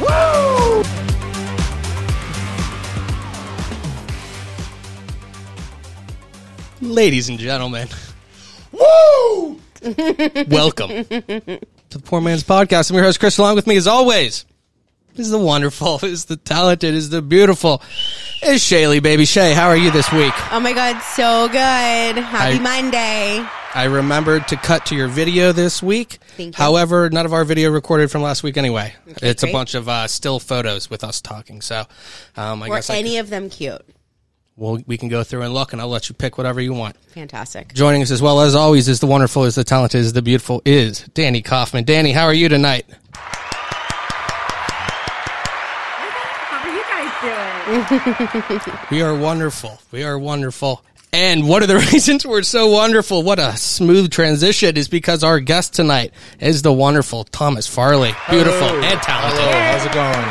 Woo! Ladies and gentlemen, woo! Welcome to the Poor Man's Podcast. I'm your host, Chris, along with me as always. Is the wonderful, is the talented, is the beautiful, is Shaylee, baby Shay. How are you this week? Oh my god, so good. I- Happy Monday. I remembered to cut to your video this week. Thank you. However, none of our video recorded from last week anyway. it's a great. bunch of uh, still photos with us talking. So um, I Were guess I any of them cute? we'll, we can go through and look, and I'll let you pick whatever you want. Fantastic. Joining us as well as always is the wonderful, is the talented, is the beautiful, is Danny Kaufman. Danny, how are you tonight? How are you guys doing? We are wonderful. We are wonderful. And one of the reasons we're so wonderful, what a smooth transition, is because our guest tonight is the wonderful Thomas Farley. Beautiful Hello. and talented. Hello, how's it going?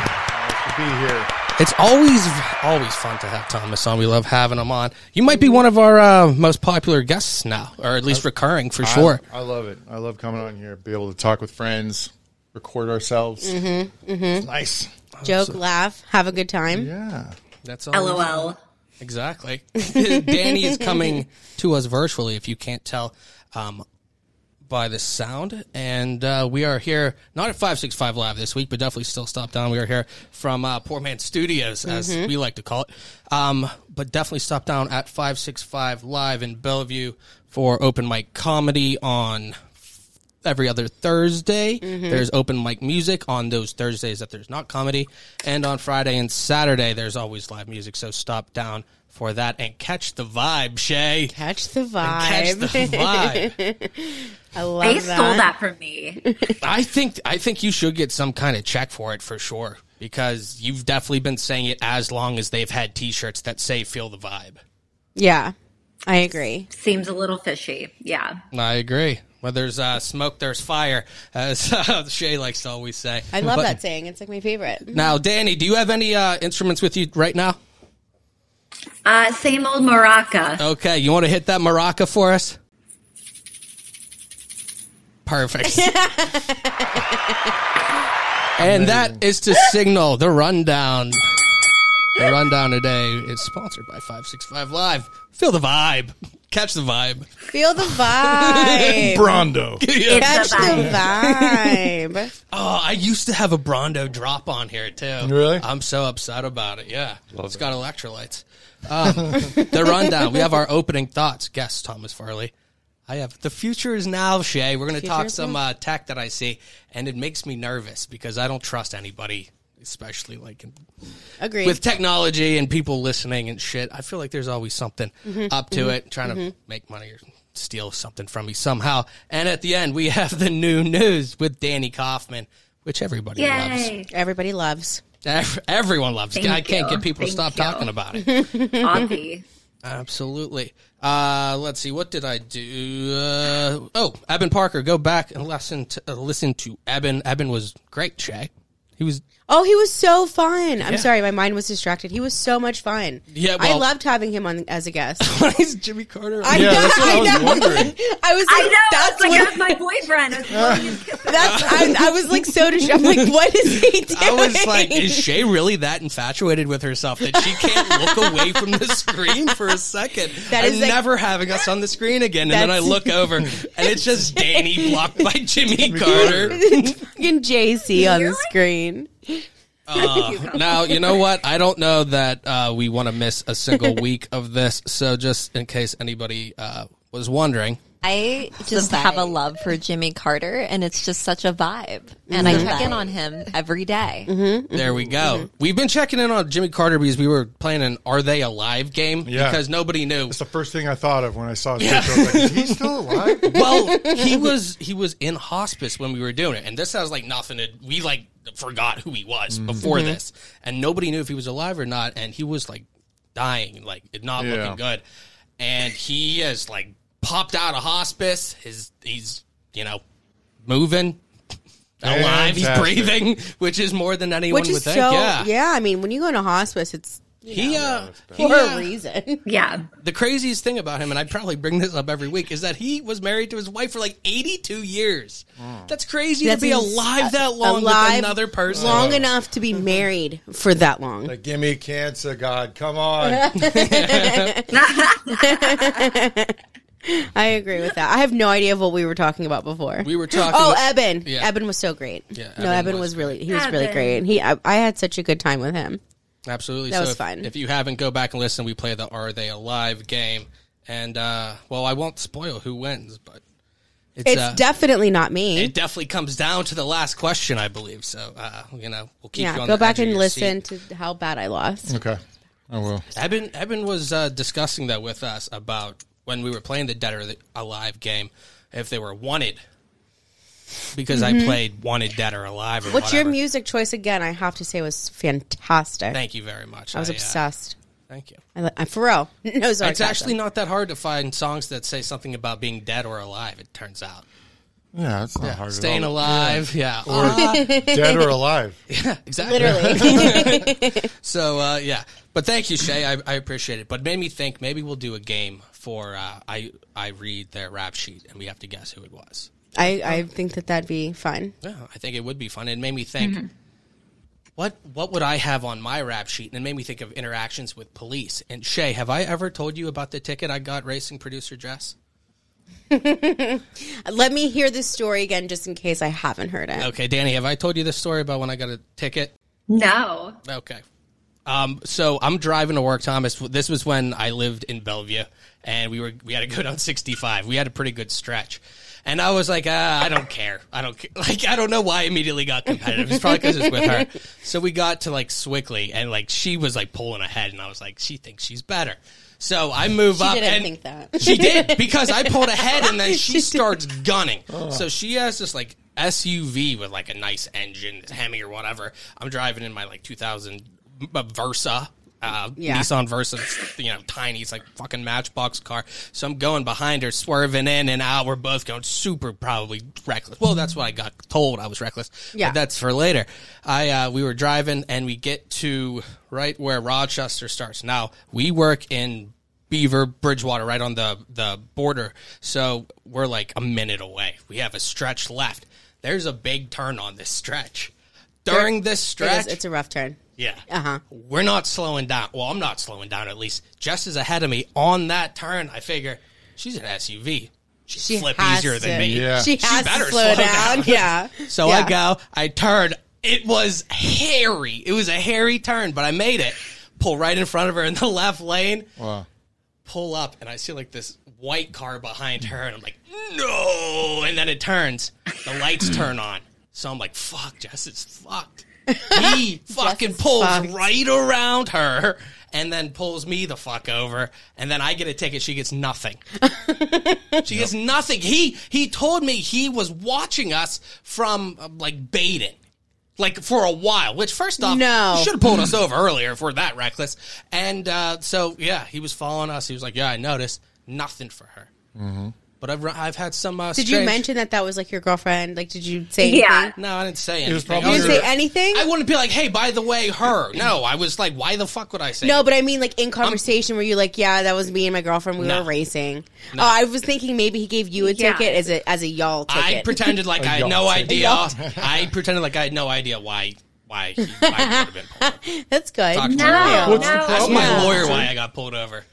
Nice to be here. It's always, always fun to have Thomas on. We love having him on. You might be one of our uh, most popular guests now, or at least recurring for sure. Uh, I, I love it. I love coming on here, be able to talk with friends, record ourselves. Mm-hmm, It's nice. Joke, laugh, have a good time. Yeah. That's all. LOL. Exactly. Danny is coming to us virtually, if you can't tell um, by the sound. And uh, we are here, not at 565 Live this week, but definitely still stop down. We are here from uh, Poor Man Studios, as we like to call it. Um, but definitely stop down at 565 Live in Bellevue for open mic comedy on every other Thursday. Mm-hmm. There's open mic music on those Thursdays that there's not comedy. And on Friday and Saturday, there's always live music. So stop down for that and catch the vibe, Shay. Catch the Catch vibe. the vibe. I love They that. stole that from me. I think I think you should get some kind of check for it for sure because you've definitely been saying it as long as they've had T-shirts that say "Feel the Vibe." Yeah. I agree. Seems a little fishy. Yeah. I agree. Where there's uh, smoke, there's fire, as uh, Shay likes to always say. I love But- that saying. It's like my favorite. Now, Danny, do you have any uh, instruments with you right now? Uh, same old maraca. Okay, you want to hit that maraca for us? Perfect. and that is to signal the rundown. The rundown today is sponsored by 565 Live. Feel the vibe. Catch the vibe. Feel the vibe. Brondo. It's Catch the vibe. the vibe. Oh, I used to have a Brondo drop on here too. Really? I'm so upset about it. Yeah, it's got electrolytes. Um, the rundown. We have our opening thoughts. Guest Thomas Farley. I have the future is now, Shay. We're going to talk is some uh, tech that I see, and it makes me nervous because I don't trust anybody, especially like in, Agreed. with technology and people listening and shit. I feel like there's always something up to it, trying to make money or steal something from me somehow. And at the end, we have the new news with Danny Kaufman, which everybody Yay. Everybody loves. loves. Ev- Everyone loves. Thank I can't you. get people to Thank stop you. talking about it. Authy. Absolutely. Uh, let's see. What did I do? Uh, oh, Eben Parker, go back and listen to, uh, listen to Eben. Eben was great, Shay. He was Oh, he was so fun. I'm sorry, my mind was distracted. He was so much fun. Yeah, I well- loved having him on as a guest. he's Jimmy Carter. I Yeah, know. that's what I was I know. wondering. I was like, I know. that's That's like, what that's my boyfriend. I was like, you kiss him. That's I, I was like so distracted. I'm like, what is he doing? Uh, I was like, is Shay really that infatuated with herself that she can't look away from the screen for a second? That I'm is like- never having us on the screen again. And then I That's- look over and it's just Danny blocked by Jimmy Carter. Carter. fucking JC on the Really? screen. Now, you know what? I don't know that uh, we want to miss a single week of this. So just in case anybody uh, was wondering, I just have a love for Jimmy Carter, and it's just such a vibe. And I check in on him every day. There we Mm-hmm. go. We've been checking in on Jimmy Carter because we were playing an Are They Alive game Yeah. because nobody knew. It's the first thing I thought of when I saw his picture. I was like, is he still alive? Well, he was he was in hospice when we were doing it, and this sounds like nothing. To, we Mm-hmm. like forgot who he was before this, and nobody knew if he was alive or not. And he was like dying, like not Yeah. looking good. And he is like popped out of hospice. His he's you know moving, alive. He's Fantastic. breathing, which is more than anyone Which would is think. so yeah, yeah. I mean, when you go into hospice, it's He uh, he, for uh, a reason. Yeah. the craziest thing about him, and I probably bring this up every week, is that he was married to his wife for like 82 years. That's crazy That's to be ins- alive that long alive with another person. long enough to be married for that long. Like, give me cancer, God. Come on. I agree with that. I have no idea of what we were talking about before. We were talking Oh, about- Eben. Yeah. Eben was so great. Yeah, no, Eben Eben was was really he was really Eben. great. He I, I had such a good time with him. Absolutely. eh, That so was if, fun. If you haven't, go back and listen. We play the Are They Alive game. And, uh, well, I won't spoil who wins, but it's, It's uh, definitely not me. it definitely comes down to the last question, I believe. So, uh, you know, we'll keep you yeah, on go the back edge of and your seat. Mm, listen to how bad I lost. okay. I will. Eben Eben was uh, discussing that with us about when we were playing the Dead or the Alive game, if they were wanted, because I played Wanted Dead or Alive. Or Mm-hmm. What's whatever. your music choice again? I have to say was fantastic. Thank you very much. I was uh, obsessed. thank you. I, li- I for real. No, sorry. It's actually not that hard to find songs that say something about being dead or alive. It turns out Yeah, that's not hard staying at all. alive, yeah, Dead or alive. exactly. literally. So uh, yeah, but thank you, Shay. I, I appreciate it. But made me think maybe we'll do a game for uh, I I read their rap sheet and we have to guess who it was. I I think that that'd be fun. Yeah, I think it would be fun. It made me think, what what would I have on my rap sheet? And it made me think of interactions with police. And Shay, have I ever told you about the ticket I got racing producer Jess? Let me hear this story again, just in case I haven't heard it. Okay, Danny, have I told you this story about when I got a ticket? No. Okay. Um, so I'm driving to work, Thomas. This was when I lived in Bellevue, and we were we had to go down 65. We had a pretty good stretch, and I was like, uh, I don't care. I don't care. like. I don't know why I immediately got competitive. It's probably because it's with her. So we got to like Swickley, and like she was like pulling ahead, and I was like, she thinks she's better. So I move up. didn't and think that. she did because I pulled ahead and then she starts gunning. So she has this like SUV with like a nice engine, this Hemi or whatever. I'm driving in my like 2000 uh, Versa. Uh, Yeah. Nissan Versa, it's, you know, tiny. It's like fucking matchbox car. So I'm going behind her, swerving in and out. We're both going super, probably reckless. Well, that's what I got told. I was reckless. But Yeah. that's for later. I uh, we were driving and we get to right where Rochester starts. Now we work in Beaver, Bridgewater, right on the, the border. So we're like a minute away. We have a stretch left. There's a big turn on this stretch. During this It stretch, is, it's a rough turn. yeah, Uh-huh. we're not slowing down. Well, I'm not slowing down. At least Jess is ahead of me on that turn. I figure she's an SUV. She's She flip has easier to. than me. Yeah. She She has better to slow, slow down. down. Yeah. So Yeah. I go, I turn. It was hairy. It was a hairy turn, but I made it. Pull right in front of her in the left lane. Wow. Pull up, and I see like this white car behind her, and I'm like, no. And then it turns. The lights turn on. So I'm like, fuck, Jess is fucked. He fucking is pulls fucked. right around her and then pulls me the fuck over. And then I get a ticket. She gets nothing. She gets nothing. He he told me he was watching us from um, like baiting, like for a while. Which first off, No. should have pulled us over earlier if we're that reckless. And uh, so yeah, he was following us. He was like, "Yeah, I noticed nothing for her." Mm-hmm. But I've run- I've had some. Uh, Did you strange- mention that that was like your girlfriend? Like, did you say anything? Yeah. No, I didn't say anything. It was I probably You was- didn't say anything? I wouldn't be like, "Hey, by the way, her." No, I was like, "Why the fuck would I say?" no, but I mean, like in conversation, were you like, "Yeah, that was me and my girlfriend. We No. were racing." Oh, I was thinking maybe he gave you a Yeah. ticket as a as a y'all ticket. I pretended like I had yacht no ticket. idea. I pretended like I had no idea why why he, why he would have been pulled. That's good. Talk to No. her later. no. That's my Yeah. lawyer why I got pulled over.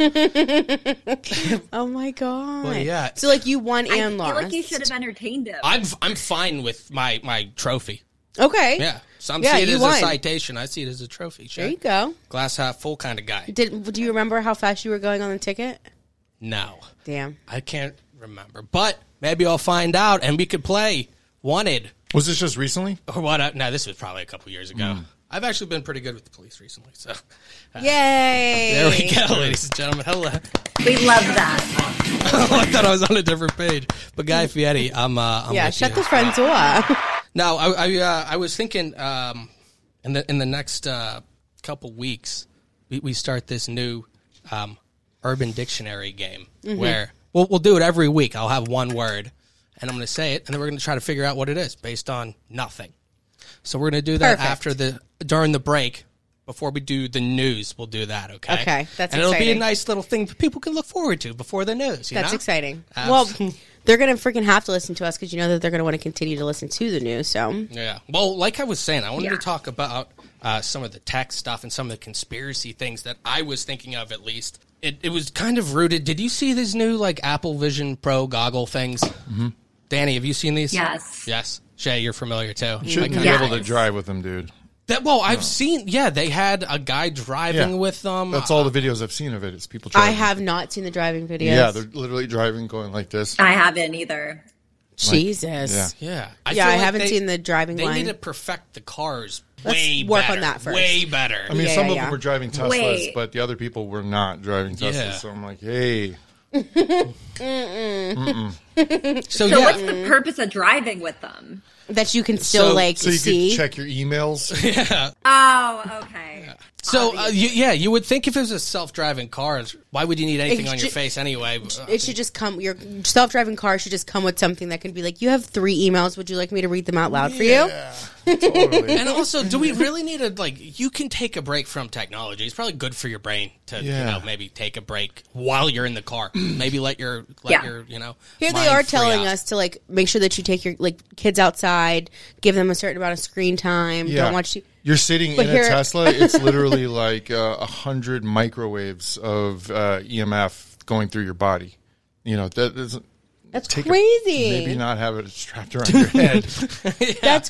Oh my god. Well, yeah. So like you won I and feel lost. like you should have entertained him. I'm I'm fine with my my trophy. okay. Yeah, some Yeah, see it you as won. a citation. I see it as a trophy. Sure. There you go. Glass half full kind of guy. Did do you remember how fast you were going on the ticket? No, Damn. I can't remember, but maybe I'll find out and we could play wanted Was this just recently? or what? No, this was probably a couple years ago. I've actually been pretty good with the police recently, so Yay. there we go, ladies and gentlemen. Hello. we love that. I thought I was on a different page, but Guy Fieri, I'm. Uh, I'm Yeah, with shut you. the front door. No, I I, uh, I was thinking um, in the in the next uh, couple weeks we, we start this new um, Urban Dictionary game Mm-hmm. where we'll, we'll do it every week. I'll have one word and I'm going to say it, and then we're going to try to figure out what it is based on nothing. So we're going to do that Perfect. after the during the break. Before we do the news, we'll do that. Okay. Okay, that's and it'll be a exciting. nice little thing that people can look forward to before the news. you That's know? exciting. Abs- Well, they're going to freaking have to listen to us because you know that they're going to want to continue to listen to the news. So Yeah. Well, like I was saying, I wanted to talk about uh, some of the tech stuff and some of the conspiracy things that I was thinking of, at least. It, it was kind of rooted. Did you see these new, like, Apple Vision Pro goggle things? Mm-hmm. Danny, have you seen these? Yes. Yes. Shay, you're familiar too. Shouldn't I be kinda- able to drive with them, dude. that, well, I've seen, yeah, they had a guy driving with them. That's all the videos I've seen of it. It's people I driving. have not seen the driving videos. Yeah, they're literally driving, going like this. I haven't either. Jesus. Yeah. Yeah. Yeah, feel I haven't seen the driving They line. need to perfect the cars Let's way work on better, that first. Way better. I mean, Yeah, some yeah, of yeah. them were driving Teslas, Wait. but the other people were not driving Teslas. Yeah. So I'm like, hey, so, So yeah. what's the purpose of driving with them? That you can still So- like so you see. can check your emails. Oh, okay. So uh, you, yeah, you would think if it was a self-driving car, why would you need anything on your ju- face anyway? Uh, it should just come. Your self-driving car should just come with something that can be like, "You have three emails. Would you like me to read them out loud for you?" yeah, totally. And also, do we really need a like? You can take a break from technology. It's probably good for your brain to you Yeah. know maybe take a break while you're in the car. maybe let your let Yeah. your you know. Here they mind are free telling out. us to like make sure that you take your like kids outside, give them a certain amount of screen time. Don't watch. You- You're sitting But in here- a Tesla. It's literally like uh, a hundred microwaves of uh, EMF going through your body. You know that is That's take a- crazy. maybe not have it strapped around your head. That's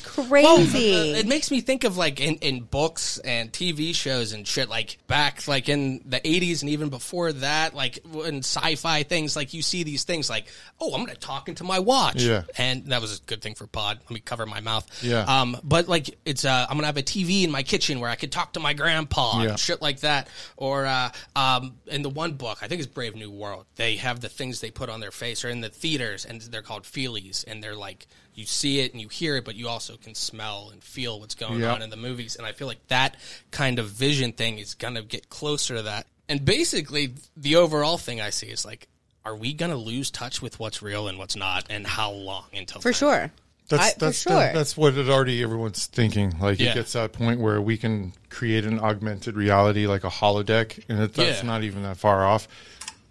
crazy. Uh, it makes me think of like in, in books and TV shows and shit like back like in the 80s and even before that like in sci-fi things like you see these things like oh I'm going to talk into my watch Yeah. and that was a good thing for pod let me cover my mouth Yeah. um but like it's uh I'm going to have a TV in my kitchen where I could talk to my grandpa Yeah. and shit like that or uh um in the one book I think it's Brave New World they have the things they put on their face or in the theaters and they're called feelies and they're like you see it and you hear it but you also can smell and feel what's going going Yeah. on in the movies. And I feel like that kind of vision thing is going to get closer to that. And basically, the overall thing I see is like, are we going to lose touch with what's real and what's not, and how long until for then? sure. I- That's for that's sure. that- that's what it already everyone's thinking. Like Yeah. it gets to that point where we can create an augmented reality, like a holodeck, and if that's Yeah. not even that far off.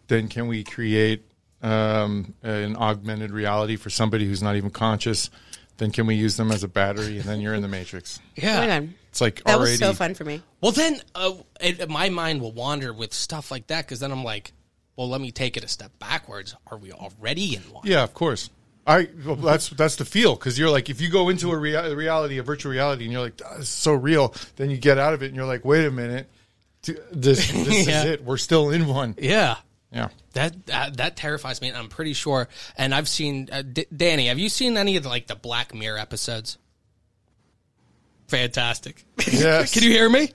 Then can we create um, an augmented reality for somebody who's not even conscious? Then can we use them as a battery, and then you're in the matrix. Oh my Yeah. God. It's like That already was so fun for me. Well, then uh, it, my mind will wander with stuff like that because then I'm like, well, let me take it a step backwards. Are we already in one? Yeah, of course. I well, that's that's the feel because you're like if you go into a rea- reality, a virtual reality, and you're like "Ah, this is so real, then you get out of it and you're like, wait a minute, t- this this Yeah. is it. We're still in one. Yeah. Yeah. That, that that terrifies me, and I'm pretty sure. And I've seen uh, D- Danny. Have you seen any of the, like the Black Mirror episodes? Fantastic. Yes. Can you hear me?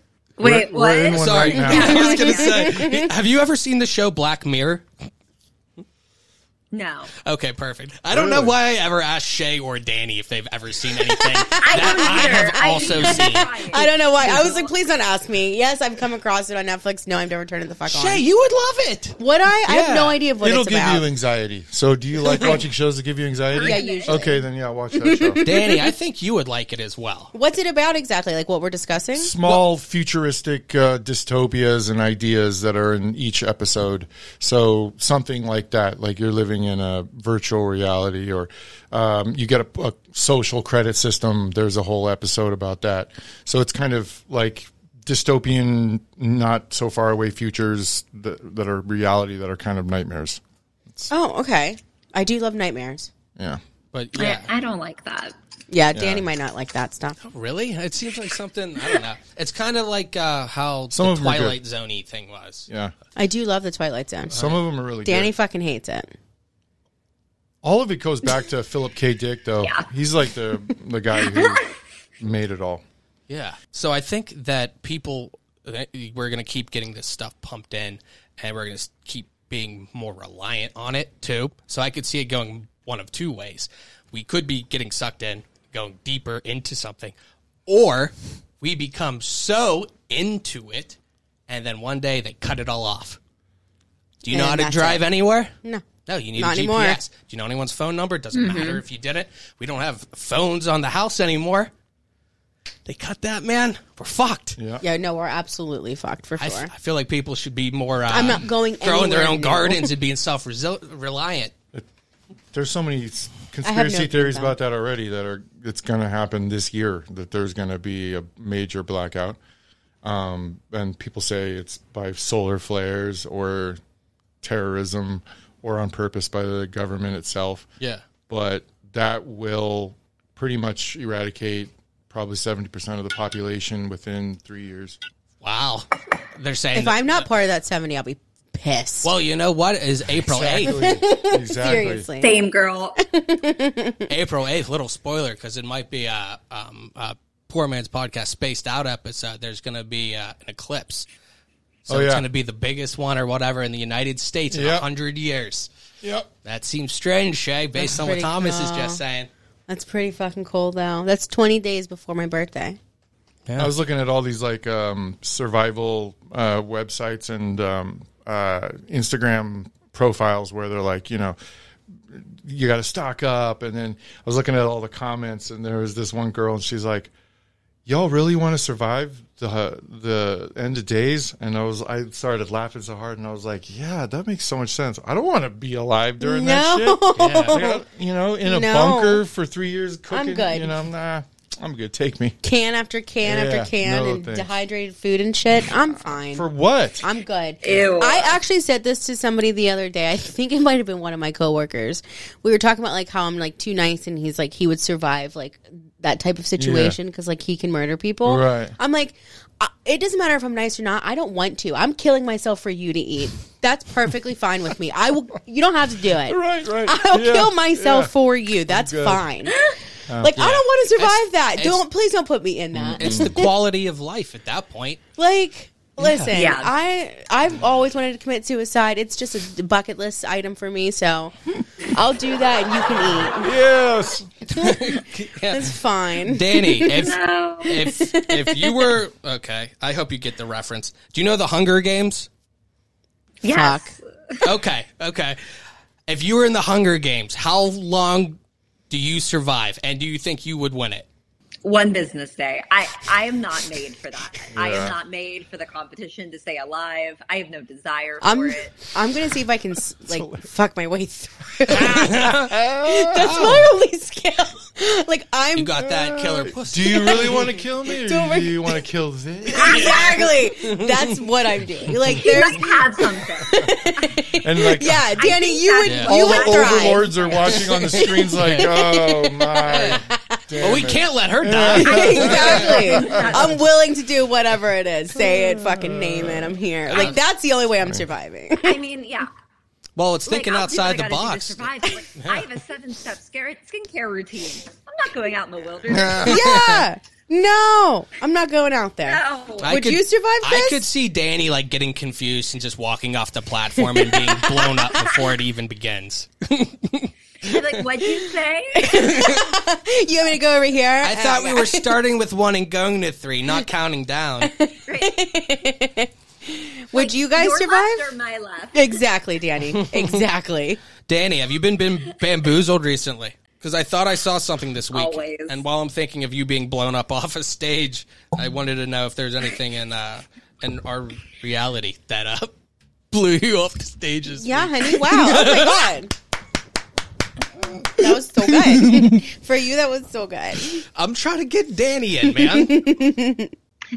We're- Wait, we're in what? one Sorry. right now. I was going to say, have you ever seen the show Black Mirror? No. Okay, perfect. I don't know Really? why I ever asked Shay or Danny if they've ever seen anything that don't I have either. also I- seen. I don't know why. I was like, please don't ask me. Yes, I've come across it on Netflix. No, I've never turned it the fuck Shay, on. you would love it. Would I? I Yeah. have no idea of what It'll it's give about. you anxiety. So, do you like watching shows that give you anxiety? Yeah, usually. Okay, then yeah, watch that show. Danny, I think you would like it as well. What's it about exactly? Like what we're discussing? Small futuristic uh, dystopias and ideas that are in each episode. So something like that, like you're living in a virtual reality, or um, you get a, a social credit system. There's a whole episode about that. So it's kind of like dystopian, not so far away futures that, that are reality that are kind of nightmares. Oh, okay. I do love nightmares. Yeah. But I, yeah, I don't like that. Yeah, Danny might not like that stuff. really, it seems like something I don't know. It's kind of like uh, how Some the of 'em are good. Twilight Zoney thing was. Yeah. I do love the Twilight Zone. Some of them are really Danny good. fucking hates it. All of it goes back to Philip K. Dick, though. Yeah. He's like the the guy who made it all. Yeah. So I think that people, that we're going to keep getting this stuff pumped in and we're going to keep being more reliant on it too. So I could see it going one of two ways. We could be getting sucked in, going deeper into something, or we become so into it and then one day they cut it all off. Do you know And how to that's drive it. anywhere? No. No, you need Not a GPS. anymore. Mm-hmm. Do you know anyone's phone number? It doesn't matter if you did it. We don't have phones on the house anymore. They cut that, man. We're fucked. Yeah. Yeah, no, we're absolutely fucked for I, sure. I feel like people should be more. Uh, I'm not going growing their anywhere own now. gardens and being self reliant. There's so many s- have no conspiracy clue theories about about that already that are it's going to happen this year that there's going to be a major blackout. Um, and people say it's by solar flares or terrorism or on purpose by the government itself. Yeah. But that will pretty much eradicate probably 70% of the population within 3 years. Wow. They're saying. if I'm not part of that 70, I'll be pissed. well, you know what? Is April eighth? exactly. Seriously. Same girl. April 8th, little spoiler, because it might be a, um, a poor man's podcast spaced out episode. There's going to be uh, an eclipse. So Oh, it's yeah. going to be the biggest one or whatever in the United States in a Yep. 100 years. Yep. That seems strange, Shay, based That's on what pretty Thomas is cool. just saying. That's pretty fucking cool, though. That's 20 days before my birthday. I was looking at all these like um, survival uh, websites and um, uh, Instagram profiles where they're like, you know, you got to stock up. And then I was looking at all the comments, and there was this one girl, and she's like, "Y'all really want to survive the the end of days?" And I was, I started laughing so hard, and I was like, "Yeah, that makes so much sense. I don't want to be alive during that No. shit. I got- you know, in a No. bunker for three years cooking. good. You know, nah, I'm good. Take me." Can after can Yeah, after can no, and thanks. dehydrated food and shit. I'm fine. For what? I'm good. Ew. I actually said this to somebody the other day. I think it might have been one of my coworkers. We were talking about like how I'm like too nice, and he's like he would survive like that type of situation because like he can murder people. Right. I'm like, I, it doesn't matter if I'm nice or not. I don't want to. I'm killing myself for you to eat. That's perfectly fine with me. I will. You don't have to do it. Right, right. I'll Yeah, kill myself yeah. for you. That's good. Oh. fine. like I don't want to survive It's- that. it's- Mm, don't please don't put me in that. It's the quality of life at that point. Like, listen, Yeah. I I've always wanted to commit suicide. It's just a bucket list item for me, so I'll do that, and you can eat. Yes. Yeah. It's fine. Danny, if, No. if, if you were. Okay, I hope you get the reference. Do you know the Hunger Games? Yes. okay, okay. If you were in the Hunger Games, how long do you survive, and do you think you would win it? One business day. I, I am not made for that. I Yeah. am not made for the competition to stay alive. I have no desire for I'm it. I'm gonna see if I can s- like fuck my way through. That's my only skill. Like I'm You got that Uh, killer pussy. Do you really want to kill me, or Don't worry. do you want to kill this? exactly. That's what I'm doing. Like there's Must have something. And like yeah, Danny, you would Yeah. all you the would thrive. overlords are watching on the screens, like, oh my. But we can't let her die. exactly. I'm willing to do whatever it is. Say it, fucking name it. I'm here. Like that's the only way I'm surviving. I mean, yeah. well, it's Like, thinking I'll do outside the what I gotta do to box. survive. Like, I have a seven-step scare- skincare routine. I'm not going out in the wilderness. yeah. No, I'm not going out there. No. I Would you survive I this? could see Danny like getting confused and just walking off the platform and being blown up before it even begins. You're like, what'd you say? You want me to go over here? I thought we were starting with one and going to three, not counting down. Uh, Would you guys Your survive? left or my left? Exactly, Danny. Exactly. Danny, have you been, been bamboozled recently? Because I thought I saw something this week. Always. And while I'm thinking of you being blown up off a stage, I wanted to know if there's anything in uh, in our reality that uh, blew you off the stages. yeah, honey. Wow. Oh my god. That was so good. For you, that was so good. I'm trying to get Danny in, man.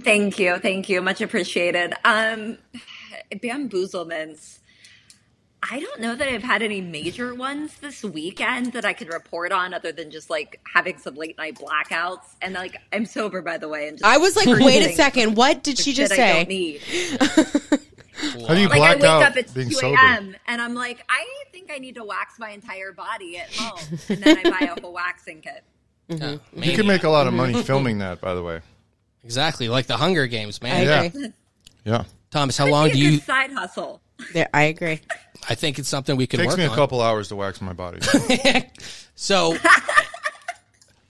Thank you, thank you, much appreciated. Um, bamboozlements. I don't know that I've had any major ones this weekend that I could report on, other than just like having some late night blackouts. And like, I'm sober, by the way. And just I was like, wait a Freezing. second. What did she just shit I say? don't need. How do you Like, I black wake out up at Oh, being 2 sober? a.m. and I'm like, I think I need to wax my entire body at home, and then I buy a whole waxing kit. You can make a lot of money filming that, by the way. exactly like the Hunger Games, I man. agree. Yeah. Thomas, how long It's do a you? good side hustle. There, I agree. I think it's something we could Takes work me a on. couple hours to wax my body. So,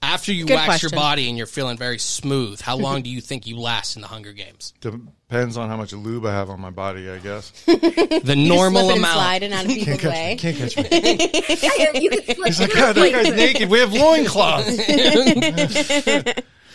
After you Good wax question. your body and you're feeling very smooth, how long do you think you last in the Hunger Games? Depends on how much lube I have on my body, I guess. The Just normal slip it and amount. slide and out of people's way. Can't catch me. Yeah, you could flip He's like, God, that guy's naked. We have loincloths.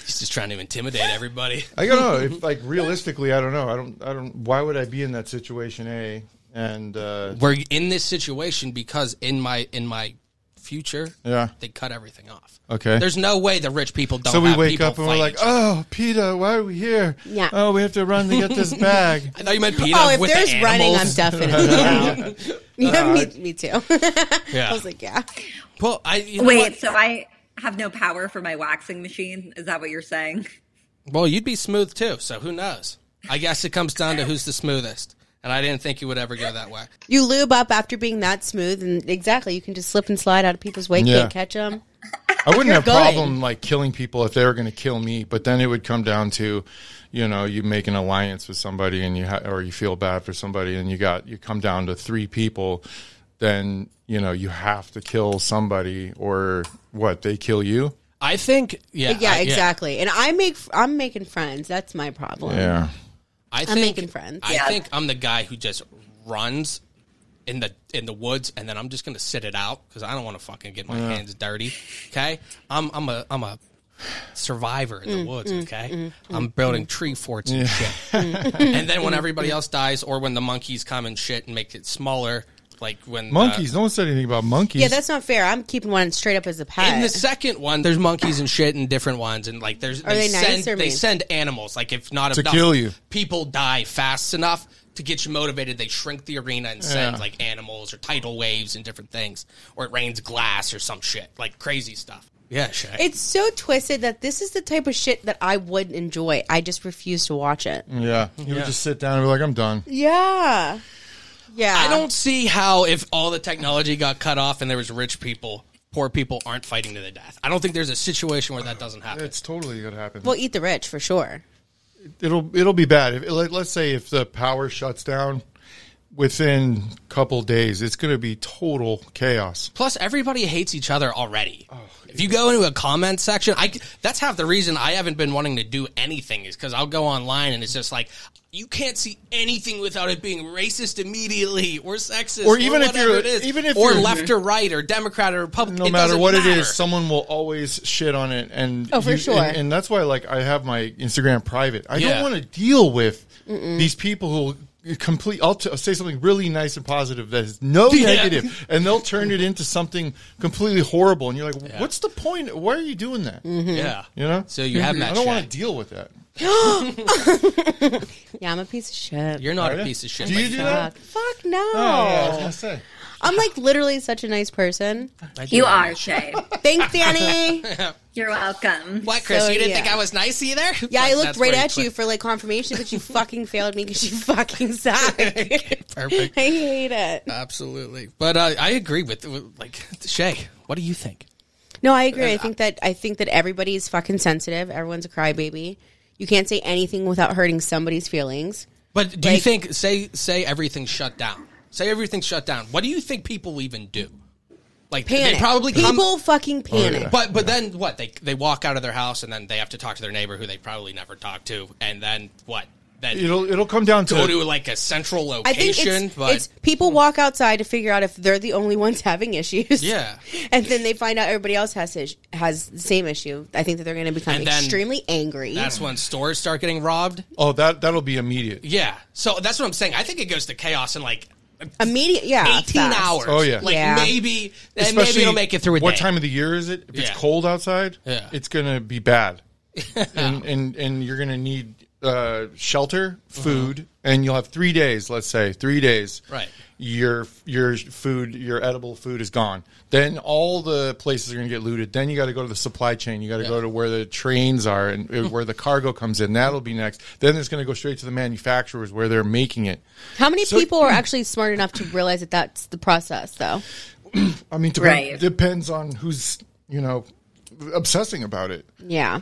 He's just trying to intimidate everybody. I don't know. If, like realistically, I don't know. I don't. I don't. Why would I be in that situation? A and uh, We're in this situation because in my in my future, Yeah. they cut everything off. Okay. there's no way the rich people don't. so we have wake people up and we're fight like, each other. "Oh, Peter, why are we here? Yeah. Oh, we have to run to get this bag." I thought you meant Peter Oh, if with there's the running, I'm animals. definitely down. Yeah, me, me too. Yeah. I was like, yeah. Well, I you know Wait, what? so I have no power for my waxing machine? Is that what you're saying? Well, you'd be smooth too. So who knows? I guess it comes down to who's the smoothest. And I didn't think you would ever go that way. You lube up after being that smooth, and exactly, you can just slip and slide out of people's way, Yeah. can't catch them. I wouldn't have good. problem like killing people if they were going to kill me, but then it would come down to, you know, you make an alliance with somebody and you ha- or you feel bad for somebody and you got you come down to three people, then you know you have to kill somebody or what they kill you. I think, Uh, yeah, Yeah, I- exactly. And I make, I'm making friends. That's my problem. Uh, Yeah, I think, making friends. I Yeah. think I'm the guy who just runs in the in the woods, and then I'm just going to sit it out because I don't want to fucking get my hands dirty. Okay, I'm I'm a I'm a survivor in Mm, the woods. Okay, I'm building tree forts and shit. and then when everybody else dies, or when the monkeys come and shit and make it smaller, like when uh, the- monkeys. no one said anything about monkeys. Yeah, that's not fair. I'm keeping one straight up as a pet. In the second one, there's monkeys and shit and different ones, and like there's Are they nice send or they mean? send animals. Like if not To enough kill you. people die fast enough to get you motivated, they shrink the arena and send Yeah. like animals or tidal waves and different things, or it rains glass or some shit like crazy stuff. Yeah, shit. it's so twisted that this is the type of shit that I would enjoy. I just refuse to watch it. Mm. yeah. You would just sit down and be like, "I'm done." Yeah. Yeah. I don't see how if all the technology got cut off and there was rich people, poor people aren't fighting to the death. I don't think there's a situation where that doesn't happen. It's totally gonna happen. Well, eat the rich for sure. it'll it'll be bad. If, let, let's say if the power shuts down within couple days, it's going to be total chaos. Plus, everybody hates each other already. Oh, if you go into a comment section, I, that's half the reason I haven't been wanting to do anything is because I'll go online and it's just like, you can't see anything without it being racist immediately or sexist Or even if whatever you're- it is, even if or you're- left or right or Democrat or Republican, no it matter doesn't what it matter. is, someone will always shit on it, and Oh, for you- sure. and, and that's why like I have my Instagram private. I Yeah. don't want to deal with these people who complete. I'll, t- I'll say something really nice and positive that is no Yeah. negative, and they'll turn it into something completely horrible. And you're like, what's the point? Why are you doing that? yeah, You know, So you have I that. don't want shit. to deal with that. Yeah, I'm a piece of shit. You're not Are a ya? piece of shit. Oh, Do but you do that? Fuck. Fuck no. Oh, yeah, I was gonna say. I'm like literally such a nice person. I do You that. are, Shay. Thanks, Danny. You're welcome. What, Chris? So, you didn't yeah. think I was nice either? Yeah, I Like, looked that's right where at you for like confirmation, but you fucking failed me because you fucking suck. I click. Perfect. hate it. Absolutely. But uh, I agree with, with like Shay. What do you think? No, I Uh, agree. I think that I think that everybody is fucking sensitive. Everyone's a crybaby. You can't say anything without hurting somebody's feelings. But do you Like- think say say everything's shut down? Say everything's shut down. What do you think people even do? Like Panic. they probably Oh, come- people fucking panic. but but then what? They they walk out of their house and then they have to talk to their neighbor who they probably never talked to, and then what? Then It'll it'll come down to go to like a central I think location. it's, but hmm. it's people walk outside to figure out if they're the only ones having issues. Yeah. and then they find out everybody else has is- has the same issue. I think that they're going to become And then- extremely angry. that's when stores start getting robbed. oh that that'll be immediate. Yeah, so that's what I'm saying. I think it goes to chaos in like Immediate, yeah, 18 Ah, fast. hours. Oh, yeah. like Yeah. maybe and maybe it'll make it through a what day. time of the year is it? If it's Yeah. cold outside, Yeah. it's gonna be bad, and, and and you're gonna need uh, shelter, food, and you'll have three days. Let's say three days. Right. Your your food, your edible food is gone. Then all the places are gonna get looted. Then you got to go to the supply chain. You got to go to where the trains are and uh, where the cargo comes in. That'll be next. Then it's gonna go straight to the manufacturers where they're making it. How many people are actually smart enough to realize that that's the process, though? I mean, dep- Right. depends on who's you know obsessing about it. Yeah.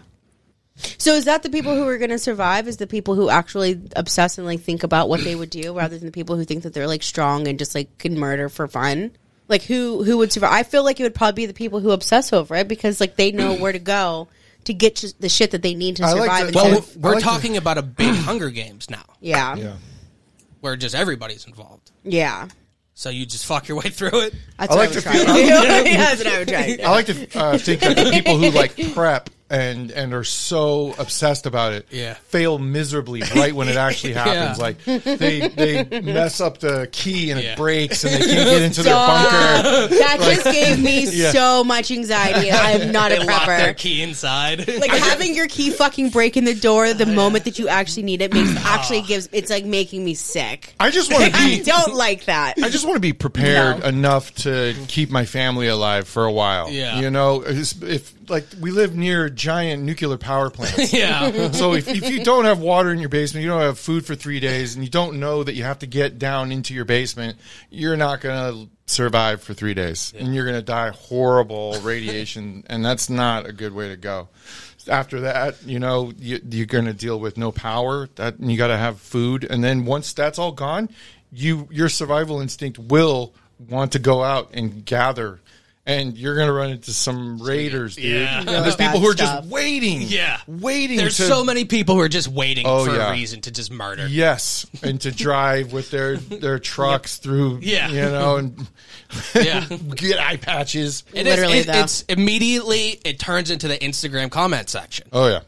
So is that the people who are going to survive? Is the people who actually obsess and like think about what they would do, rather than the people who think that they're like strong and just like can murder for fun? Like who who would survive? I feel like it would probably be the people who obsess over it because like they know where to go to get sh- the shit that they need to I like survive. that- and Well, Well, to- I we're like to- talking about a big Hunger Games now, yeah, yeah. Yeah. where just everybody's involved. So you just fuck your way through it. That's I what I like to would try. to feel- do. yeah, that's what I would try. to do. I like to uh, think that the people who like prep and and are so obsessed about it Yeah. fail miserably right when it actually happens. Like they they mess up the key and Yeah. it breaks and they can't get into their Stop. bunker. That just gave me so much anxiety. I am not a They lock their prepper. key inside. Like having your key fucking break in the door the moment that you actually need it makes actually gives it's like making me sick. I just want to I be. don't like that. I just want to be prepared No. enough to keep my family alive for a while. Yeah. you know, it's- if like we live near giant nuclear power plants, yeah. so if, if you don't have water in your basement, you don't have food for three days, and you don't know that you have to get down into your basement, you're not going to survive for three days, and you're going to die horrible radiation, and that's not a good way to go. After that, you know you, you're going to deal with no power. That and you got to have food, and then once that's all gone, you your survival instinct will want to go out and gather. And you're gonna run into some raiders, dude. Yeah. And there's people who are just Stuff. waiting, Yeah. waiting. There's to- so many people who are just waiting Oh, for yeah. a reason to just murder. Yes, and to drive with their their trucks through, Yeah. you know, and Yeah. get eye patches. It is- Literally, it- though. it's immediately it turns into the Instagram comment section. Oh yeah,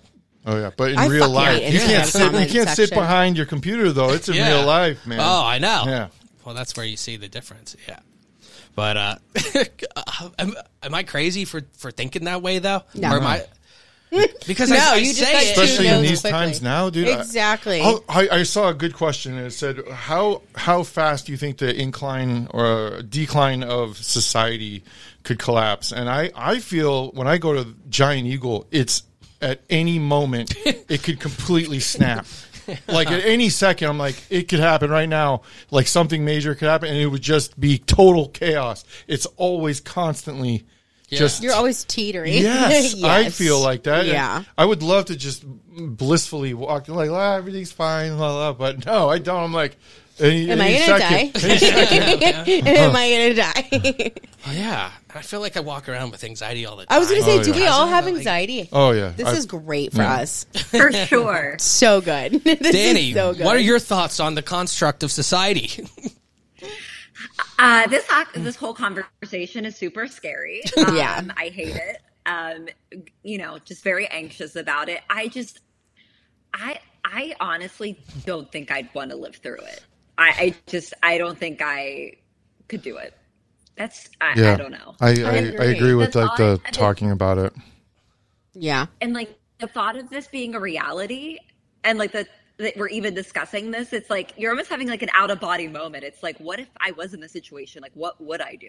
oh yeah. But in I real fucking life, hate you Instagram can't sit. You comment can't sit section. behind your computer though. It's in Yeah. real life, man. Oh, I know. Yeah. Well, that's where you see the difference. Yeah. But uh, am, am I crazy for, for thinking that way though? No. Or am I? Because No, I, I you just say got it. to- especially knows in these quickly. times now, dude. I- Exactly. I'll- I, I saw a good question. and It said, "How how fast do you think the incline or decline of society could collapse?" And I I feel when I go to Giant Eagle, it's at any moment it could completely snap. Like at any second, I'm like, it could happen right now. Like something major could happen, and it would just be total chaos. It's always constantly just You're always teetering. Yes, I feel like that. And Yeah. I would love to just blissfully walk like ah, everything's fine, la la. But no, I don't. I'm like, any, Am I any gonna second- die? Am I gonna die? Yeah. I feel like I walk around with anxiety all the time. I was gonna say, Oh, do yeah. we all have anxiety? Oh yeah, This I- is great for us. For sure. So good. this Danny, is so good. what are your thoughts on the construct of society? Uh, this hoc- this whole conversation is super scary. Um, Yeah. I hate it. Um, you know, just very anxious about it. I just, I, I honestly don't think I'd want to live through it. I, I just, I don't think I could do it. That's, I, I don't know. I, I, I agree. agree with That's like the all I- talking about it. Yeah. and like the thought of this being a reality, and like the that we're even discussing this, it's like you're almost having like an out of body moment. It's like, what if I was in this situation? Like, what would I do?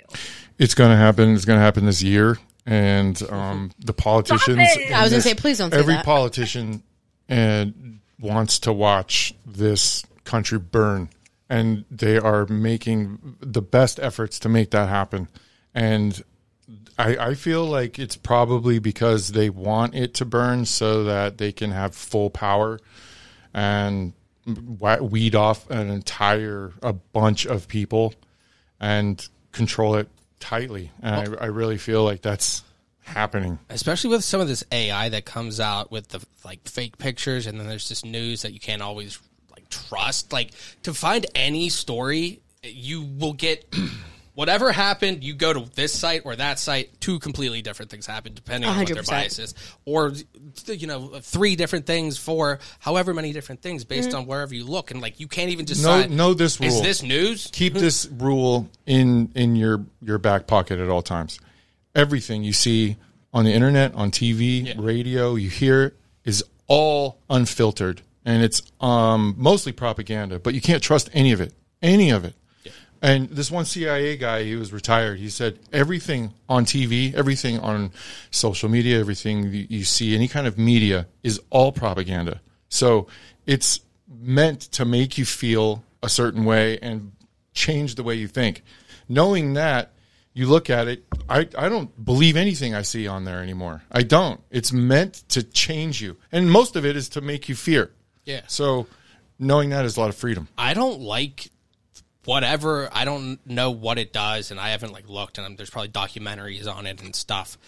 It's going to happen. It's going to happen this year, and um, the politicians. it! in I was gonna this- say, please don't say Every that. politician and wants to watch this country burn, and they are making the best efforts to make that happen. And I, I feel like it's probably because they want it to burn so that they can have full power and wa- weed off an entire a bunch of people and control it tightly. And I, I really feel like that's happening. especially with some of this AI that comes out with the like fake pictures, and then there's this news that you can't always like trust. Like to find any story, you will get whatever happened. You go to this site or that site, two completely different things happen depending on what their 100%. bias is, or th- you know, three different things, four, however many different things based on wherever you look, and like you can't even decide. know this Is rule. this news? Keep this rule in in your your back pocket at all times. Everything you see on the internet, on TV, radio, you hear is all unfiltered, and it's um, mostly propaganda. But you can't trust any of it. Any of it. And this one CIA guy, he was retired. He said everything on TV, everything on social media, everything you you see, any kind of media is all propaganda. So it's meant to make you feel a certain way and change the way you think. Knowing that, you look at it, I, I don't believe anything I see on there anymore. I don't. It's meant to change you. And most of it is to make you fear. Yeah. So knowing that is a lot of freedom. I don't like whatever. I don't know what it does, and I haven't like looked, and i there's probably documentaries on it and stuff.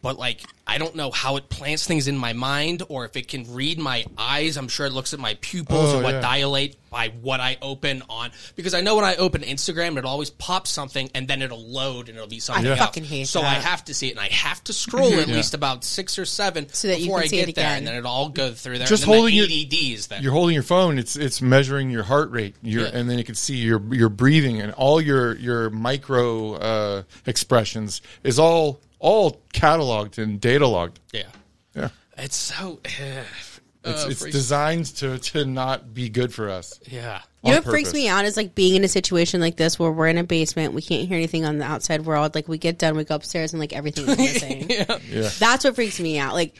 But like, I don't know how it plants things in my mind, or if it can read my eyes. I'm sure it looks at my pupils Oh, and what yeah. dilate by what I open on. Because I know when I open Instagram, it always pops something, and then it'll load, and it'll be something else. fucking hate so I that. have to see it, and I have to scroll at least about six or seven So that you before can I see get it there, again. and then it'll all go through there. Just and then holding the your- EDDs. Then You're holding your phone. It's it's measuring your heart rate. Your Yeah. and then it can see your your breathing and all your your micro uh, expressions is all all cataloged and data logged. yeah. Uh, Yeah, It's so. it's, uh, it's freak- designed to to not be good for us. yeah. You know on what freaks purpose. me out is like being in a situation like this where we're in a basement, we can't hear anything on the outside world. Like we get done, we go upstairs, and like everything is missing. That's what freaks me out. Like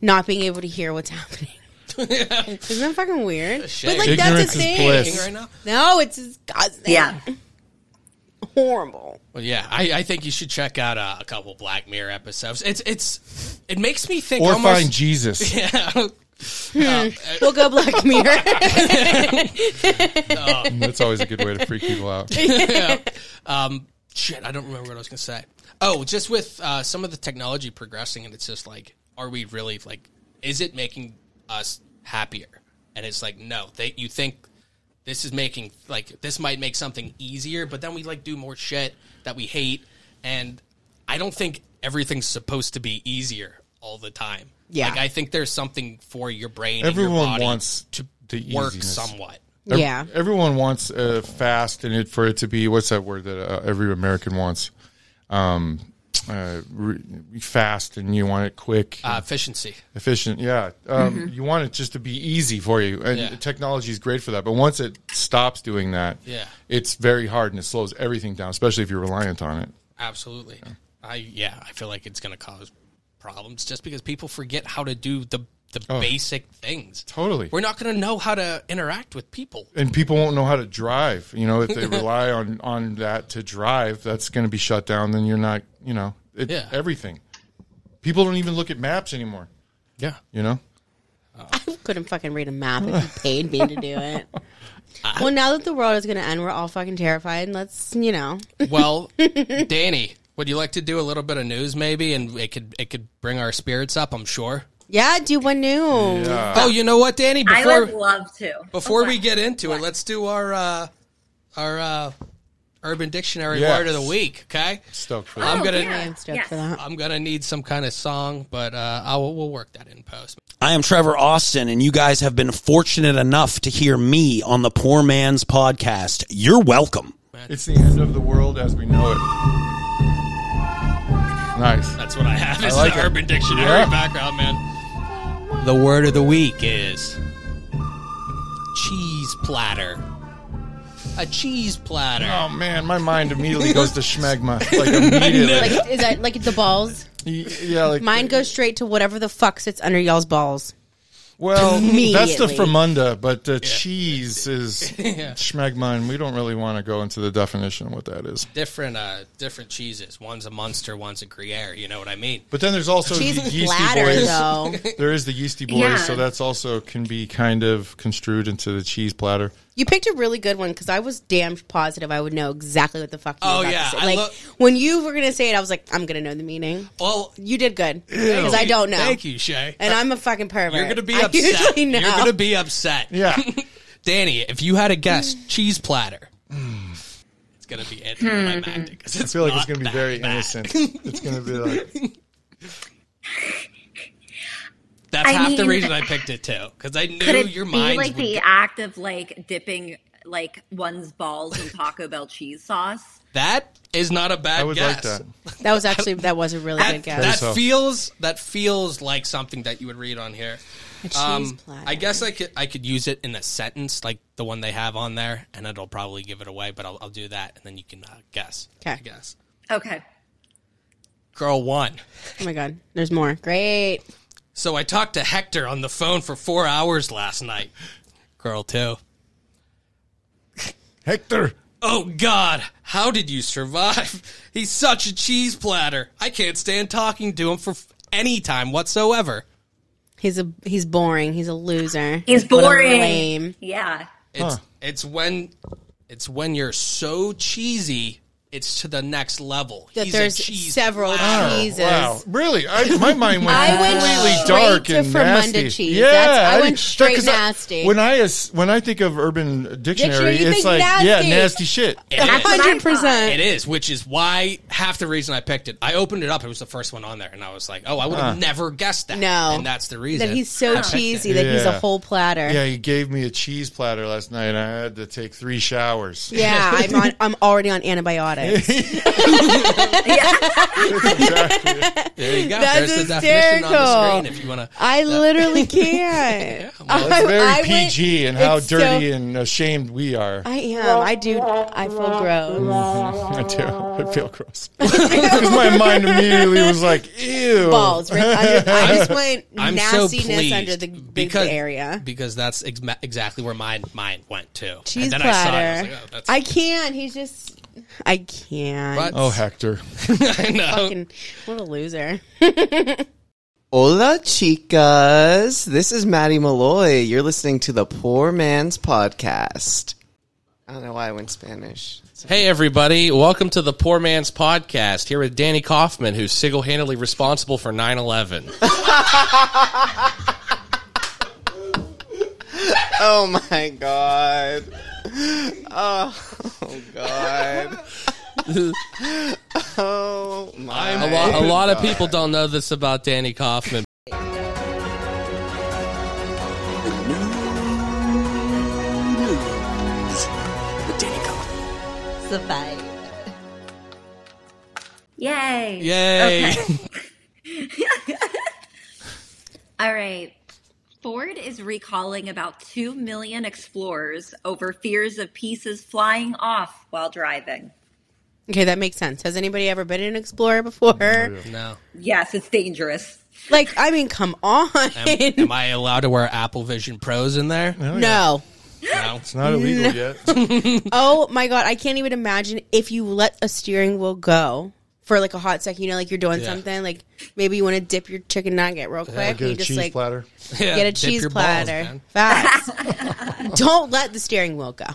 not being able to hear what's happening. Isn't that fucking weird? But like Ignorance that's a is thing. bliss. Thing right now. No, it's disgusting. Yeah. horrible. Well, yeah, I, I think you should check out uh, a couple Black Mirror episodes. It's it's it makes me think Or almost. find Jesus. yeah. We'll go Black Mirror. That's always a good way to freak people out. Shit, I don't remember what I was gonna say. Oh, just with uh, some of the technology progressing, and it's just like, are we really like, is it making us happier? And it's like, no, they, you think this is making like this might make something easier, but then we like do more shit that we hate, and I don't think everything's supposed to be easier all the time. Yeah. like I think there's something for your brain. and your Everyone body wants to the work easiness. somewhat. Ev- yeah. Everyone wants uh, fast and it for it to be what's that word that uh, every American wants? Um, uh, re- fast and you want it quick, Uh, efficiency. efficient. Yeah, um, you want it just to be easy for you, and Yeah. technology is great for that. But once it stops doing that, Yeah. it's very hard and it slows everything down, especially if you're reliant on it. Absolutely. I yeah, I feel like it's going to cause problems just because people forget how to do the the basic things. Oh. Totally. We're not going to know how to interact with people. and people won't know how to drive. You know, if they rely on on that to drive, that's going to be shut down. Then you're not, you know, it, Yeah. everything. People don't even look at maps anymore. Yeah. You know, I couldn't fucking read a map if you paid me to do it. well, now that the world is going to end, we're all fucking terrified. Let's, you know, Well, Danny, would you like to do a little bit of news maybe and it could it could bring our spirits up, I'm sure. yeah, do one new. Uh, Oh, you know what, Danny, I before would love to. before we get into it, let's do our uh our uh Urban Dictionary Yes. word of the week, okay? stoked for I'm that. Oh, gonna yeah. I'm stoked Yes. for that. I'm gonna need some kind of song, but uh, I will we'll work that in post. I am Trevor Austin, and you guys have been fortunate enough to hear me on the Poor Man's Podcast. You're welcome. It's the end of the world as we know it. Nice. That's what I have. It's like the it. Urban Dictionary Yeah. background, man. The word of the week is cheese platter. A cheese platter. Oh man, my mind immediately goes to schmegma. Like immediately. Like, is that like the balls? Y- yeah, like Mine goes straight to whatever the fuck sits under y'all's balls. well, that's the Immediately. Fremunda, but uh, cheese is schmegma, and we don't really want to go into the definition of what that is. Different, uh, different cheeses. One's a Munster, one's a Gruyere. You know what I mean? But then there's also Cheese the and yeasty bladder, boys. though. There is the yeasty boys, Yeah. so that's also can be kind of construed into the cheese platter. You picked a really good one because I was damn positive I would know exactly what the fuck. You Oh, were about yeah, to I say. like lo- when you were gonna say it, I was like, I'm gonna know the meaning. Well, You did good because I don't know, Thank you, Shay. and I'm a fucking pervert. You're gonna be I upset. usually You're know. gonna be upset. Yeah, Danny, if you had a guess, cheese platter. It's gonna be Hmm. anticlimactic. 'cause I feel like not it's going to be that very bad. innocent. It's going to be like That's I half the mean- reason I picked it too, because I knew Could it your be mind like would the go- act of like dipping like one's balls in Taco Bell cheese sauce? That is not a bad I would guess. like that. that was actually that was a really good That, guess. that So- feels that feels like something that you would read on here. A cheese Um, platter. I guess I could I could use it in a sentence like the one they have on there, and it'll probably give it away. But I'll, I'll do that, and then you can uh, guess. 'Kay. I guess. Okay. Girl one. Oh my god, there's more. Great. So I talked to Hector on the phone for four hours last night. Girl two. Hector. Oh God, how did you survive? He's such a cheese platter. I can't stand talking to him for f- any time whatsoever. He's a he's boring. He's a loser. He's What a boring. lame. Yeah. It's it's when It's when you're so cheesy, it's to the next level. That He's a there's cheese several Oh, cheeses. Wow, really? I, my mind went I went completely straight dark to and Fermunda nasty. cheese. Yeah, That's- I went didn't- that- straight 'cause I- nasty. when I as- when I think of Urban Dictionary, Dictionary, you it's think like yeah, nasty. nasty shit. It is. Hundred It percent. is, which is why half the reason I picked it. I opened it up; it was the first one on there, and I was like, "Oh, I would have never guessed that." No, and that's the reason that he's so cheesy that he's a Yeah. whole platter. Yeah, he gave me a cheese platter last night, and I had to take three showers. Yeah, I'm on, I'm already on antibiotics. There you go. That's There's the definition on the hysterical. screen. If you want to, I literally can't. That's very I went- PG and how it's so- dirty and ashamed we are. I am. I do. I feel gross. Mm. I do. I feel gross. Because my mind immediately was like, ew. Balls. Right? I, I just went I'm so nastiness pleased under the big because, area. because that's ex- exactly where my mind went to. Cheese and then I saw platter. it. I was like, oh, that's I can't. He's just. I can't. But- Oh, Hector. I know. Fucking- what a loser. Hola, chicas. This is Maddie Malloy. You're listening to the Poor Man's Podcast. I don't know why I went Spanish. Hey, everybody. Welcome to the Poor Man's Podcast here with Danny Kaufman, who's single handedly responsible for 9 11. Oh my god. Oh, god. Oh my. A, lot, a lot of people don't know this about Danny Kaufman. It's the vibe. Yay. Yay. Okay. All right. Ford is recalling about 2 million explorers over fears of pieces flying off while driving. Okay, that makes sense. Has anybody ever been an explorer Oh, before? No. Yes, it's dangerous. Like, I mean, come on. Am, am I allowed to wear Apple Vision Pros in there? no. No. It's not illegal yet. Oh my god, I can't even imagine if you let a steering wheel go for like a hot second. You know, like you're doing something, like maybe you want to dip your chicken nugget real quick. Get you a just cheese like platter. Yeah, get a dip cheese your balls, platter. man. Facts. Don't let the steering wheel go.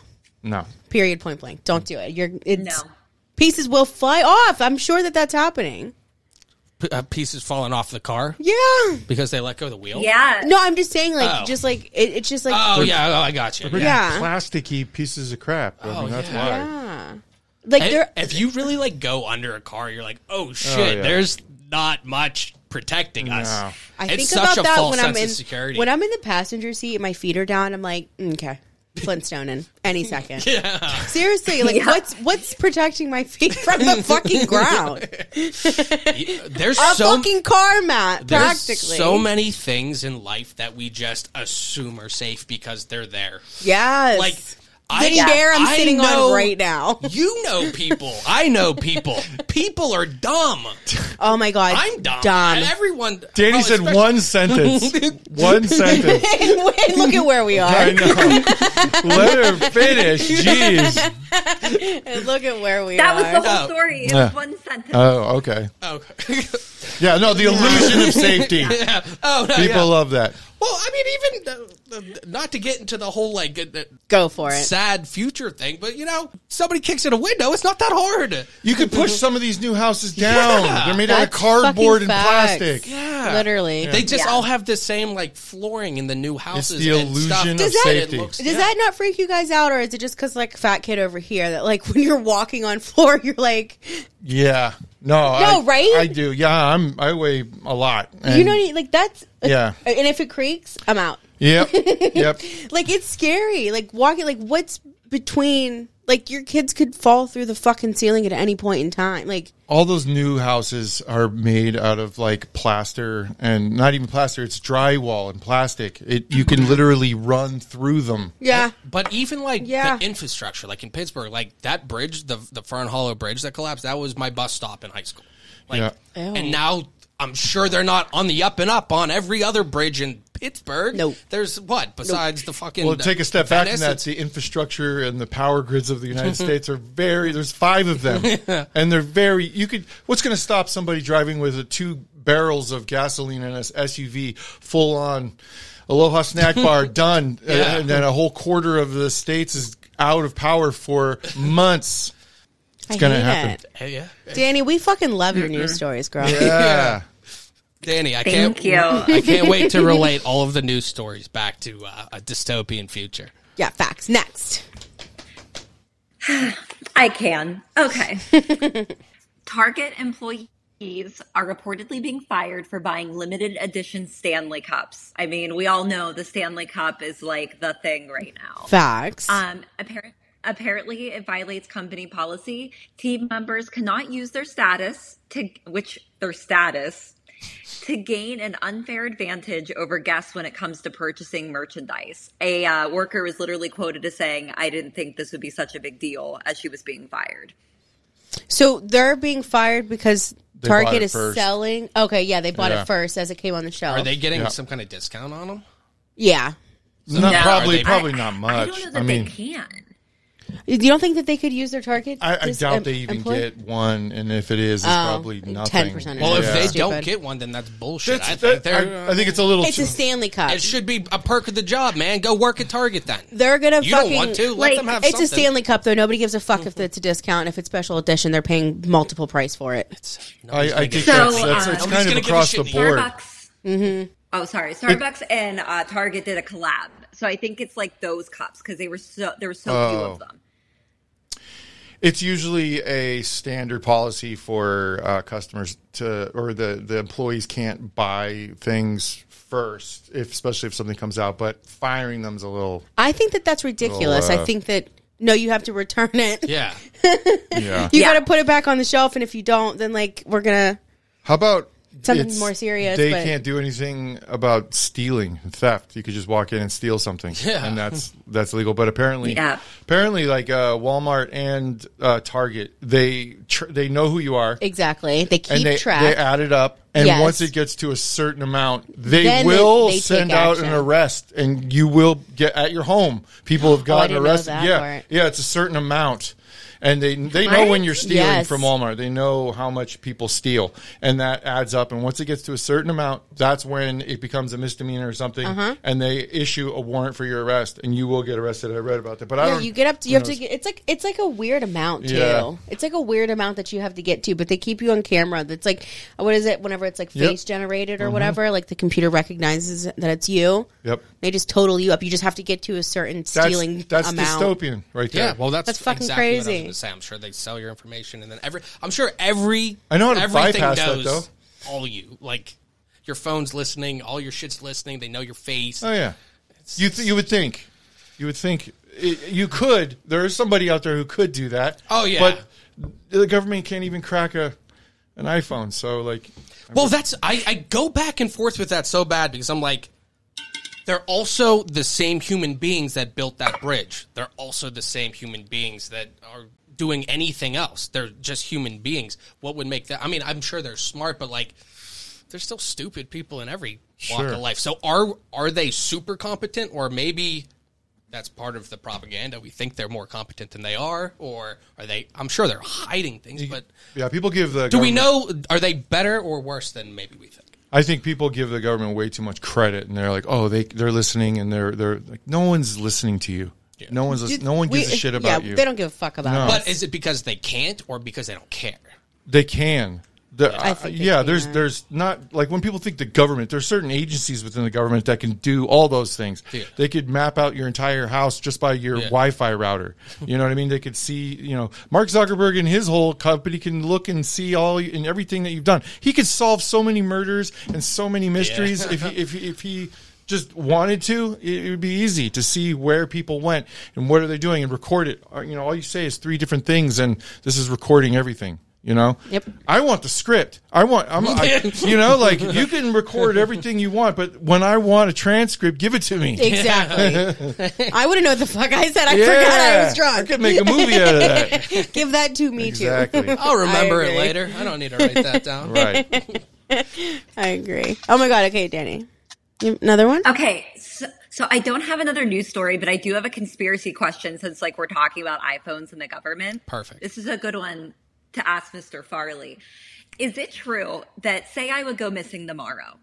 No. Period. Point blank. Don't do it. You're it's, No. pieces will fly off. I'm sure that that's happening. P- uh, pieces falling off the car Yeah. because they let go of the wheel. Yeah. No, I'm just saying, like, Oh. just like it, it's just like Oh yeah, oh, I got you. Yeah. Yeah. Plasticky pieces of crap. I mean, that's why. like Hey, they're if you really like go under a car, you're like, oh shit, yeah. there's not much protecting us. I it's think such about a that false when I'm sense in of security. when I'm in the passenger seat, my feet are down. I'm like, okay, Flintstoning any second. Seriously, like what's what's protecting my feet from the fucking ground? there's A so fucking car mat, there's practically. so many things in life that we just assume are safe because they're there. Yes, Like the I, chair I'm I sitting know- on right now. You know people. I know people. People are dumb. Oh my god, I'm dumb. And everyone. Danny well, said Oh, especially- one sentence. one sentence. Wait, Look at where we I are. know. Let her finish. Jeez. Look at where we are. That was the whole No. story. It's Yeah. one sentence. Oh, okay. Oh, Yeah, no, the illusion of safety. oh no, People yeah. love that. Well, I mean, even uh, uh, not to get into the whole like uh, Go for it. sad future thing, but you know, somebody kicks in a window. It's not that hard. You could push some of these new houses down. Yeah. They're made out of That's cardboard fucking and facts. plastic. Yeah. Literally. They just Yeah. all have the same like flooring in the new houses. the and stuff. illusion of Does that- safety. It looks- Does that not freak you guys out, or is it just because like fat kid over here that like when you're walking on floor you're like Yeah. No. No, I, right? I do. Yeah, I'm. I weigh a lot. And you know what I mean? like that's Yeah. and if it creaks I'm out Yep. yep. like it's scary like walking like what's between like your kids could fall through the fucking ceiling at any point in time like All those new houses are made out of like plaster and not even plaster. It's drywall and plastic. It you can literally run through them. yeah But even like Yeah. the infrastructure, like in Pittsburgh, like that bridge, the the Fern Hollow Bridge that collapsed, that was my bus stop in high school. Like, Yeah. Ew. and now I'm sure they're not on the up and up on every other bridge in Pittsburgh. Nope. there's what besides the fucking. Well, take a step back Venice, from that. The infrastructure and the power grids of the United States are very. There's five of them, and they're very. You could. What's going to stop somebody driving with a two barrels of gasoline and a SUV uh, full on Aloha snack bar done, and then a whole quarter of the states is out of power for months. It's gonna happen. Hey, yeah. Danny, we fucking love your news stories, girl. Yeah. Danny, I Thank can't you. I can't wait to relate all of the news stories back to uh, a dystopian future. Yeah, facts. Next. I can. Okay. Target employees are reportedly being fired for buying limited edition Stanley Cups. I mean, we all know the Stanley Cup is like the thing right now. Facts. Uh, Um, apparent, apparently, it violates company policy. Team members cannot use their status to which their status to gain an unfair advantage over guests when it comes to purchasing merchandise. A uh, worker was literally quoted as saying, "I didn't think this would be such a big deal," as she was being fired. so they're being fired because They bought Target it is first. selling. Okay, yeah, they bought Yeah. it first as it came on the shelf. Are they getting Yeah. some kind of discount on them? yeah. Not Yeah. probably, Are they- probably I- not I much. don't know I, that mean, they can. You don't think that they could use their Target? I, I dis- doubt em- they even employee? get one, and if it is, it's probably like nothing. 10% or Well, Yeah. if they don't Stupid. get one, then that's bullshit. That's- I think that- they're. I, I think it's a little. It's too, a Stanley Cup. it should be a perk of the job, man. Go work at Target then. They're gonna You fucking don't want to. Let like, them have It's a something. Stanley Cup though. Nobody gives a fuck Mm-hmm. if it's a discount. If it's special edition, they're paying multiple price for it. I, I think So, that's, uh, that's it's Nobody's kind gonna of give a across the shit board. Starbucks. Oh, sorry. Starbucks and uh, Target did a collab, so I think it's like those cups because they were so there were so few Oh. of them. It's usually a standard policy for uh, customers to, or the, the employees can't buy things first, if, especially if something comes out. But firing them's a little, I think that that's ridiculous. Well, uh, I think that no, you have to return it. Yeah. yeah. You Yeah. got to put it back on the shelf, and if you don't, then like we're gonna. How about Something it's- more serious, They but- can't do anything about stealing and theft. You could just walk in and steal something, Yeah. and that's that's legal. But apparently, Yeah. apparently, like uh, Walmart and uh, Target, they tr- they know who you are. Exactly. They keep and they, track. they add it up, and Yes. once it gets to a certain amount, they Then they- will they take send out an action. arrest, and you will get at your home. People have gotten Oh, didn't know arrested. that yeah, part. yeah, it's a certain amount, and they they know when you're stealing Yes. from Walmart. They know how much people steal, and that adds up. And once it gets to a certain amount, that's when it becomes a misdemeanor or something, Uh-huh. and they issue a warrant for your arrest, and you will get arrested. I read about that, but I yeah, don't. you get up. To, you have to. Get, it's like it's like a weird amount too. Oh, Yeah. It's like a weird amount that you have to get to, but they keep you on camera. That's like what is it? Whenever it's like Yep. Mm-hmm. face generated or whatever, like the computer recognizes that it's you. Yep. They just total you up. You just have to get to a certain stealing that's, that's amount. dystopian right there. Yeah, well, that's, That's fucking exactly What I was crazy. gonna say. I'm sure they sell your information, and then every. I'm sure every. I know how to everything bypass that, knows though. all you like. Your phone's listening. All your shit's listening. They know your face. Oh yeah, you th- you would think, you would think it, you could. There is somebody out there who could do that. Oh, yeah. but the government can't even crack a an iPhone. So like, Well, that's I, I go back and forth with that so bad because I'm like, they're also the same human beings that built that bridge. They're also the same human beings that are doing anything else. They're just human beings. What would make that? I mean, I'm sure they're smart, but like, there's still stupid people in every walk Sure. of life. So are are they super competent, or maybe? That's part of the propaganda. We think they're more competent than they are, or are they? I'm sure they're hiding things, but yeah, people give the. do we know? government- Are they better or worse than maybe we think? I think people give the government way too much credit, and they're like, oh, they they're listening, and they're they're like, no one's listening to you. No one's lis- no one We- gives a shit about yeah, you. They don't give a fuck about us. But is it because they can't or because they don't care? They can. The, uh, I think they yeah, there's can. there's not like when people think the government, there's certain agencies within the government that can do all those things. Yeah. They could map out your entire house just by your Yeah. Wi-Fi router. You know what I mean? They could see, you know, Mark Zuckerberg and his whole company can look and see all and everything that you've done. He could solve so many murders and so many mysteries if he, if he, if he just wanted to, it, it would be easy to see where people went and what are they doing and record it. Uh, You know, all you say is three different things, and this is recording everything. You know, Yep. I want the script. I want. I'm. I, you know, like you can record everything you want, but when I want a transcript, give it to me. Exactly. I wouldn't know what the fuck I said. I Yeah. forgot I was I drunk. could make a movie out of that. Give that to me Exactly. I'll remember it agree. later. I don't need to write that down. right. too. I agree. Oh my god. Okay, Danny. You- Another one. Okay, so, so I don't have another news story, but I do have a conspiracy question since like we're talking about iPhones and the government. Perfect. This is a good one to ask Mr. Farley. Is it true that say I would go missing tomorrow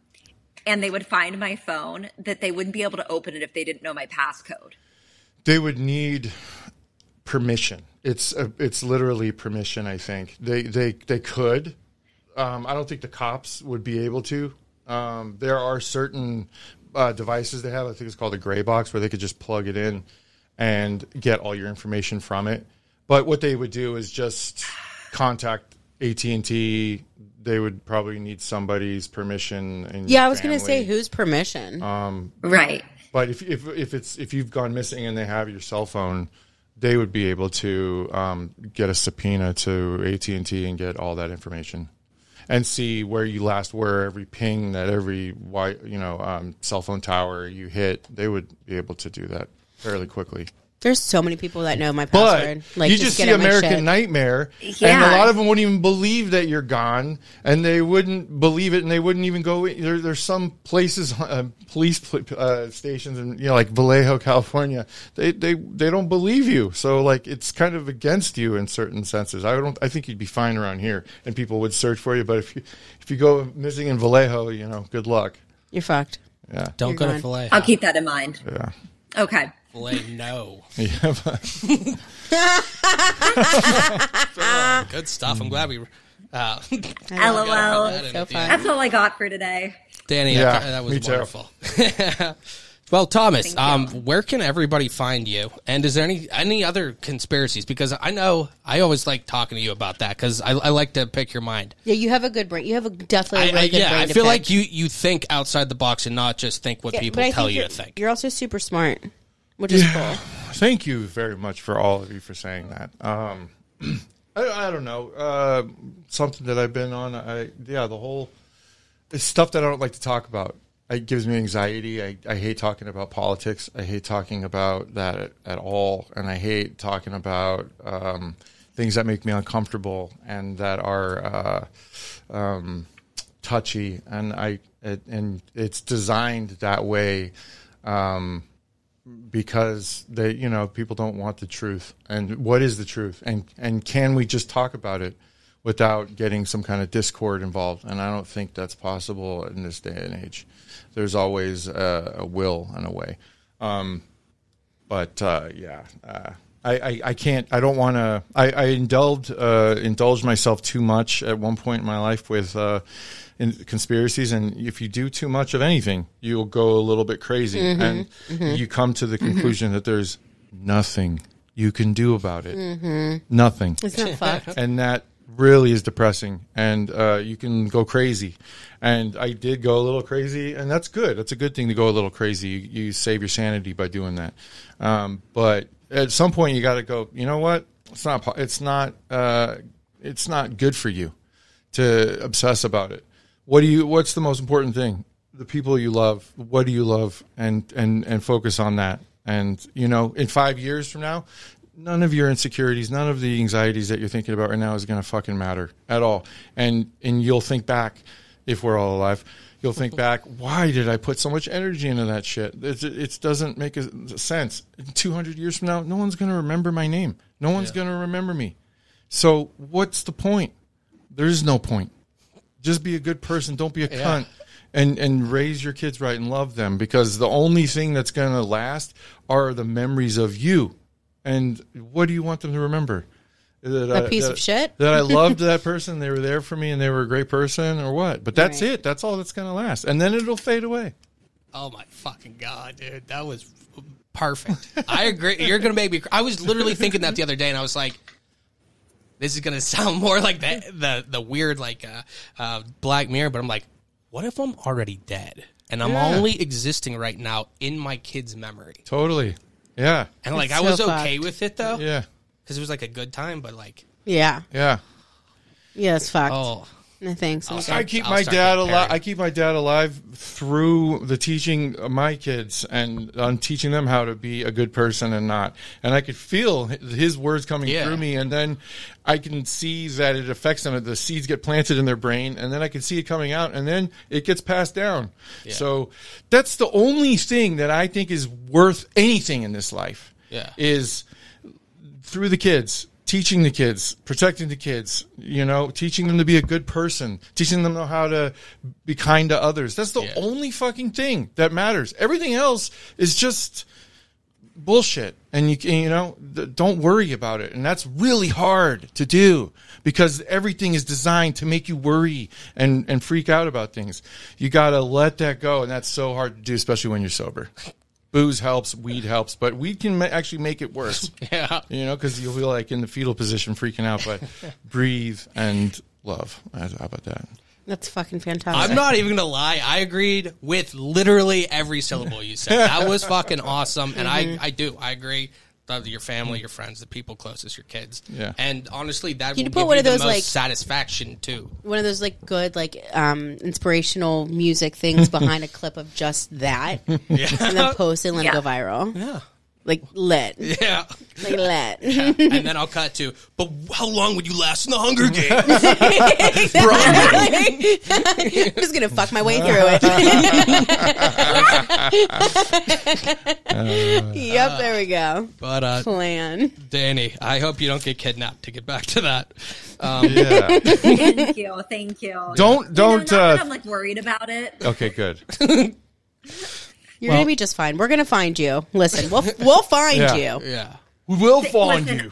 and they would find my phone that they wouldn't be able to open it if they didn't know my passcode? They would need permission. It's a, it's literally permission. I think they they they could. Um, I don't think the cops would be able to. Um, there are certain uh, devices they have. I think it's called a gray box where they could just plug it in and get all your information from it. But what they would do is just contact AT and T. They would probably need somebody's permission. And Yeah, I was going to family. say whose permission. Right. But if if if it's if you've gone missing and they have your cell phone, they would be able to um, get a subpoena to AT and T and get all that information, and see where you last were, every ping that every wi- you know um, cell phone tower you hit. They would be able to do that fairly quickly. There's so many people that know my But password. like you just get see on my shit. American Nightmare, and a Yeah. lot of them wouldn't even believe that you're gone, and they wouldn't believe it, and they wouldn't even go. There, there's some places, uh, police pl- uh, stations, and you know, like Vallejo, California, they they they don't believe you. So like, it's kind of against you in certain senses. I don't. I think you'd be fine around here, and people would search for you. But if you if you go missing in Vallejo, you know, good luck. You're fucked. Don't go to gone. fillet. I'll keep that in mind. Yeah. Okay. Fillet, no. Yeah, but- Good stuff. I'm glad we. Uh, LOL. So fun. That's all I got for today. Danny, I- Yeah, that was me too. wonderful. well, Thomas, um, where can everybody find you? And is there any any other conspiracies? Because I know I always like talking to you about that because I, I like to pick your mind. Yeah, you have a good brain. You have a definitely I, a really I- good yeah, brain. I to feel pick. like you you think outside the box and not just think what Yeah, people but I tell think you to you're- think. You're also super smart, which is cool. Thank you very much for all of you for saying that. Um, I, I don't know uh, something that I've been on. I yeah, the whole it's stuff that I don't like to talk about. It gives me anxiety. I, I hate talking about politics. I hate talking about that at, at all, and I hate talking about um, things that make me uncomfortable and that are uh, um, touchy. And I it, and it's designed that way. Um, because they you know people don't want the truth and what is the truth and and can we just talk about it without getting some kind of discord involved and i don't think that's possible in this day and age there's always a, a will and a way um but uh yeah uh I, I, I can't. I don't want to. I, I indulged uh, indulged myself too much at one point in my life with uh, in conspiracies, and if you do too much of anything, you'll go a little bit crazy, and you come to the conclusion that there's nothing you can do about it. Nothing It's not fucked. and that really is depressing and uh, you can go crazy and i did go a little crazy and that's good that's a good thing to go a little crazy you, you save your sanity by doing that um, but at some point you got to go you know what it's not po- it's not uh, it's not good for you to obsess about it what do you what's the most important thing the people you love what do you love and and and focus on that and you know in 5 years from now none of your insecurities, none of the anxieties that you're thinking about right now is going to fucking matter at all. And and you'll think back if we're all alive. You'll think back, why did I put so much energy into that shit? It, it doesn't make a sense. 200 years from now, no one's going to remember my name. No one's going to remember me. So what's the point? There is no point. Just be a good person. Don't be a cunt. And and raise your kids right and love them because the only thing that's going to last are the memories of you. And what do you want them to remember? That A piece of shit? that I loved that person. They were there for me and they were a great person or what? But that's it. That's all that's going to last. And then it'll fade away. Oh my fucking god, dude, that was perfect. I agree. You're gonna make me. Cry. I was literally thinking that the other day, and I was like, "This is gonna sound more like the the, the weird like uh, uh, Black Mirror," but I'm like, "What if I'm already dead and I'm Yeah. only existing right now in my kid's memory?" Totally. Yeah. And like, It's I so was okay fucked. with it though, Yeah. because it was like a good time. But like, Yeah, Yeah. yeah, it's fucked. oh, No thanks. I'm sorry. I keep I'll my start dad alive. comparing. I keep my dad alive through the teaching of my kids and on teaching them how to be a good person and not. And I could feel hi- his words coming Yeah. through me, and then I can see that it affects them. The seeds get planted in their brain, and then I can see it coming out, and then it gets passed down. So that's the only thing that I think is worth anything in this life. Yeah. is through the kids, teaching the kids, protecting the kids, you know, teaching them to be a good person, teaching them how to be kind to others. That's the Yeah. only fucking thing that matters. Everything else is just bullshit and you can you know th- don't worry about it and that's really hard to do because everything is designed to make you worry and and freak out about things you got to let that go and that's so hard to do especially when you're sober booze helps weed helps but weed can ma- actually make it worse Yeah. you know because you'll feel like in the fetal position freaking out but breathe and love Uh, how about that That's fucking fantastic. I'm not even gonna lie. I agreed with literally every syllable you said. That was fucking awesome, and I, I do. I agree. Love Your family, your friends, the people closest, your kids. Yeah. And honestly, that Can you will put give one you of the those, most like- satisfaction too. one of those like good like um inspirational music things behind a clip of just that and then post it and let it Yeah. go viral Yeah. like lit Yeah. like lit and then I'll cut to. But how long would you last in the Hunger Games? i'm just gonna fuck my way through it yep there we go but uh, plan Danny, I hope you don't get kidnapped. To get back to that, um, yeah Thank you, thank you. don't You know, don't not that uh, I'm like worried about it. okay good you're gonna be just fine we're gonna find you listen we'll we'll find Yeah. you yeah. we will fall on Listen, you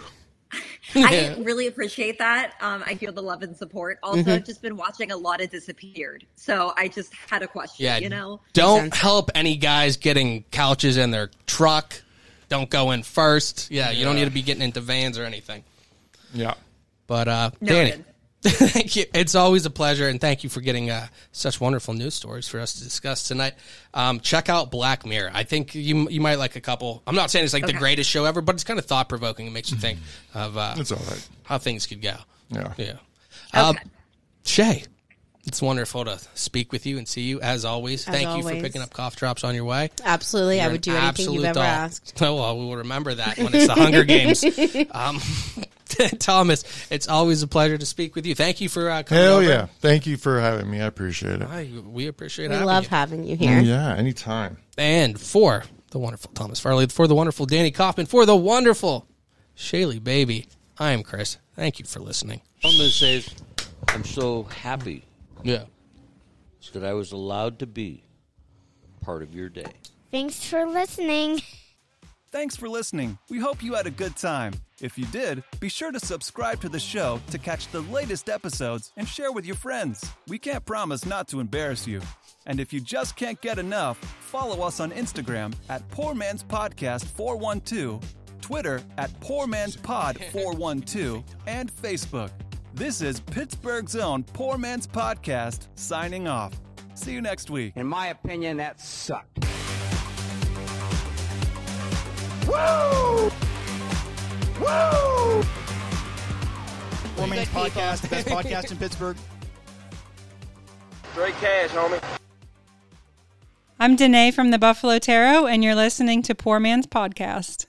I really appreciate that. Um, I feel the love and support. Also, I've just been watching a lot of Disappeared, so I just had a question. Yeah, you know, don't Makes sense. help any guys getting couches in their truck. Don't go in first. Yeah, you don't need to be getting into vans or anything. yeah But uh, Danny, Noted. thank you. It's always a pleasure, and thank you for getting uh, such wonderful news stories for us to discuss tonight. Um, check out Black Mirror. I think you you might like a couple. I'm not saying it's like the Okay. greatest show ever, but it's kind of thought provoking. It makes you think of uh, it's all right how things could go. Yeah. yeah. Uh, Shay, it's wonderful to speak with you and see you as always. Thank you always. for picking up cough drops on your way. absolutely i You're would do an anything you've absolute ever doll. asked Oh, well, we will remember that when it's the Hunger Games. Um, Thomas, it's always a pleasure to speak with you. Thank you for uh, coming Hell over. yeah. Thank you for having me. I appreciate it. I, we appreciate we having love you. having you here Yeah, anytime. And for the wonderful Thomas Farley, for the wonderful Danny Kaufman, for the wonderful Shaylee Baby, I am Chris. Thank you for listening. All I'm going to say is, I'm so happy Yeah. that I was allowed to be part of your day. Thanks for listening. Thanks for listening. We hope you had a good time. If you did, be sure to subscribe to the show to catch the latest episodes and share with your friends. We can't promise not to embarrass you. And if you just can't get enough, follow us on Instagram at Poor Man's Podcast 412, Twitter at Poor Man's Pod 412, and Facebook. This is Pittsburgh's own Poor Man's Podcast signing off. See you next week. In my opinion, that sucked. Poor Man's Podcast, best podcast in Pittsburgh. Straight cash, homie. I'm Danae from the Buffalo Tarot, and you're listening to Poor Man's Podcast.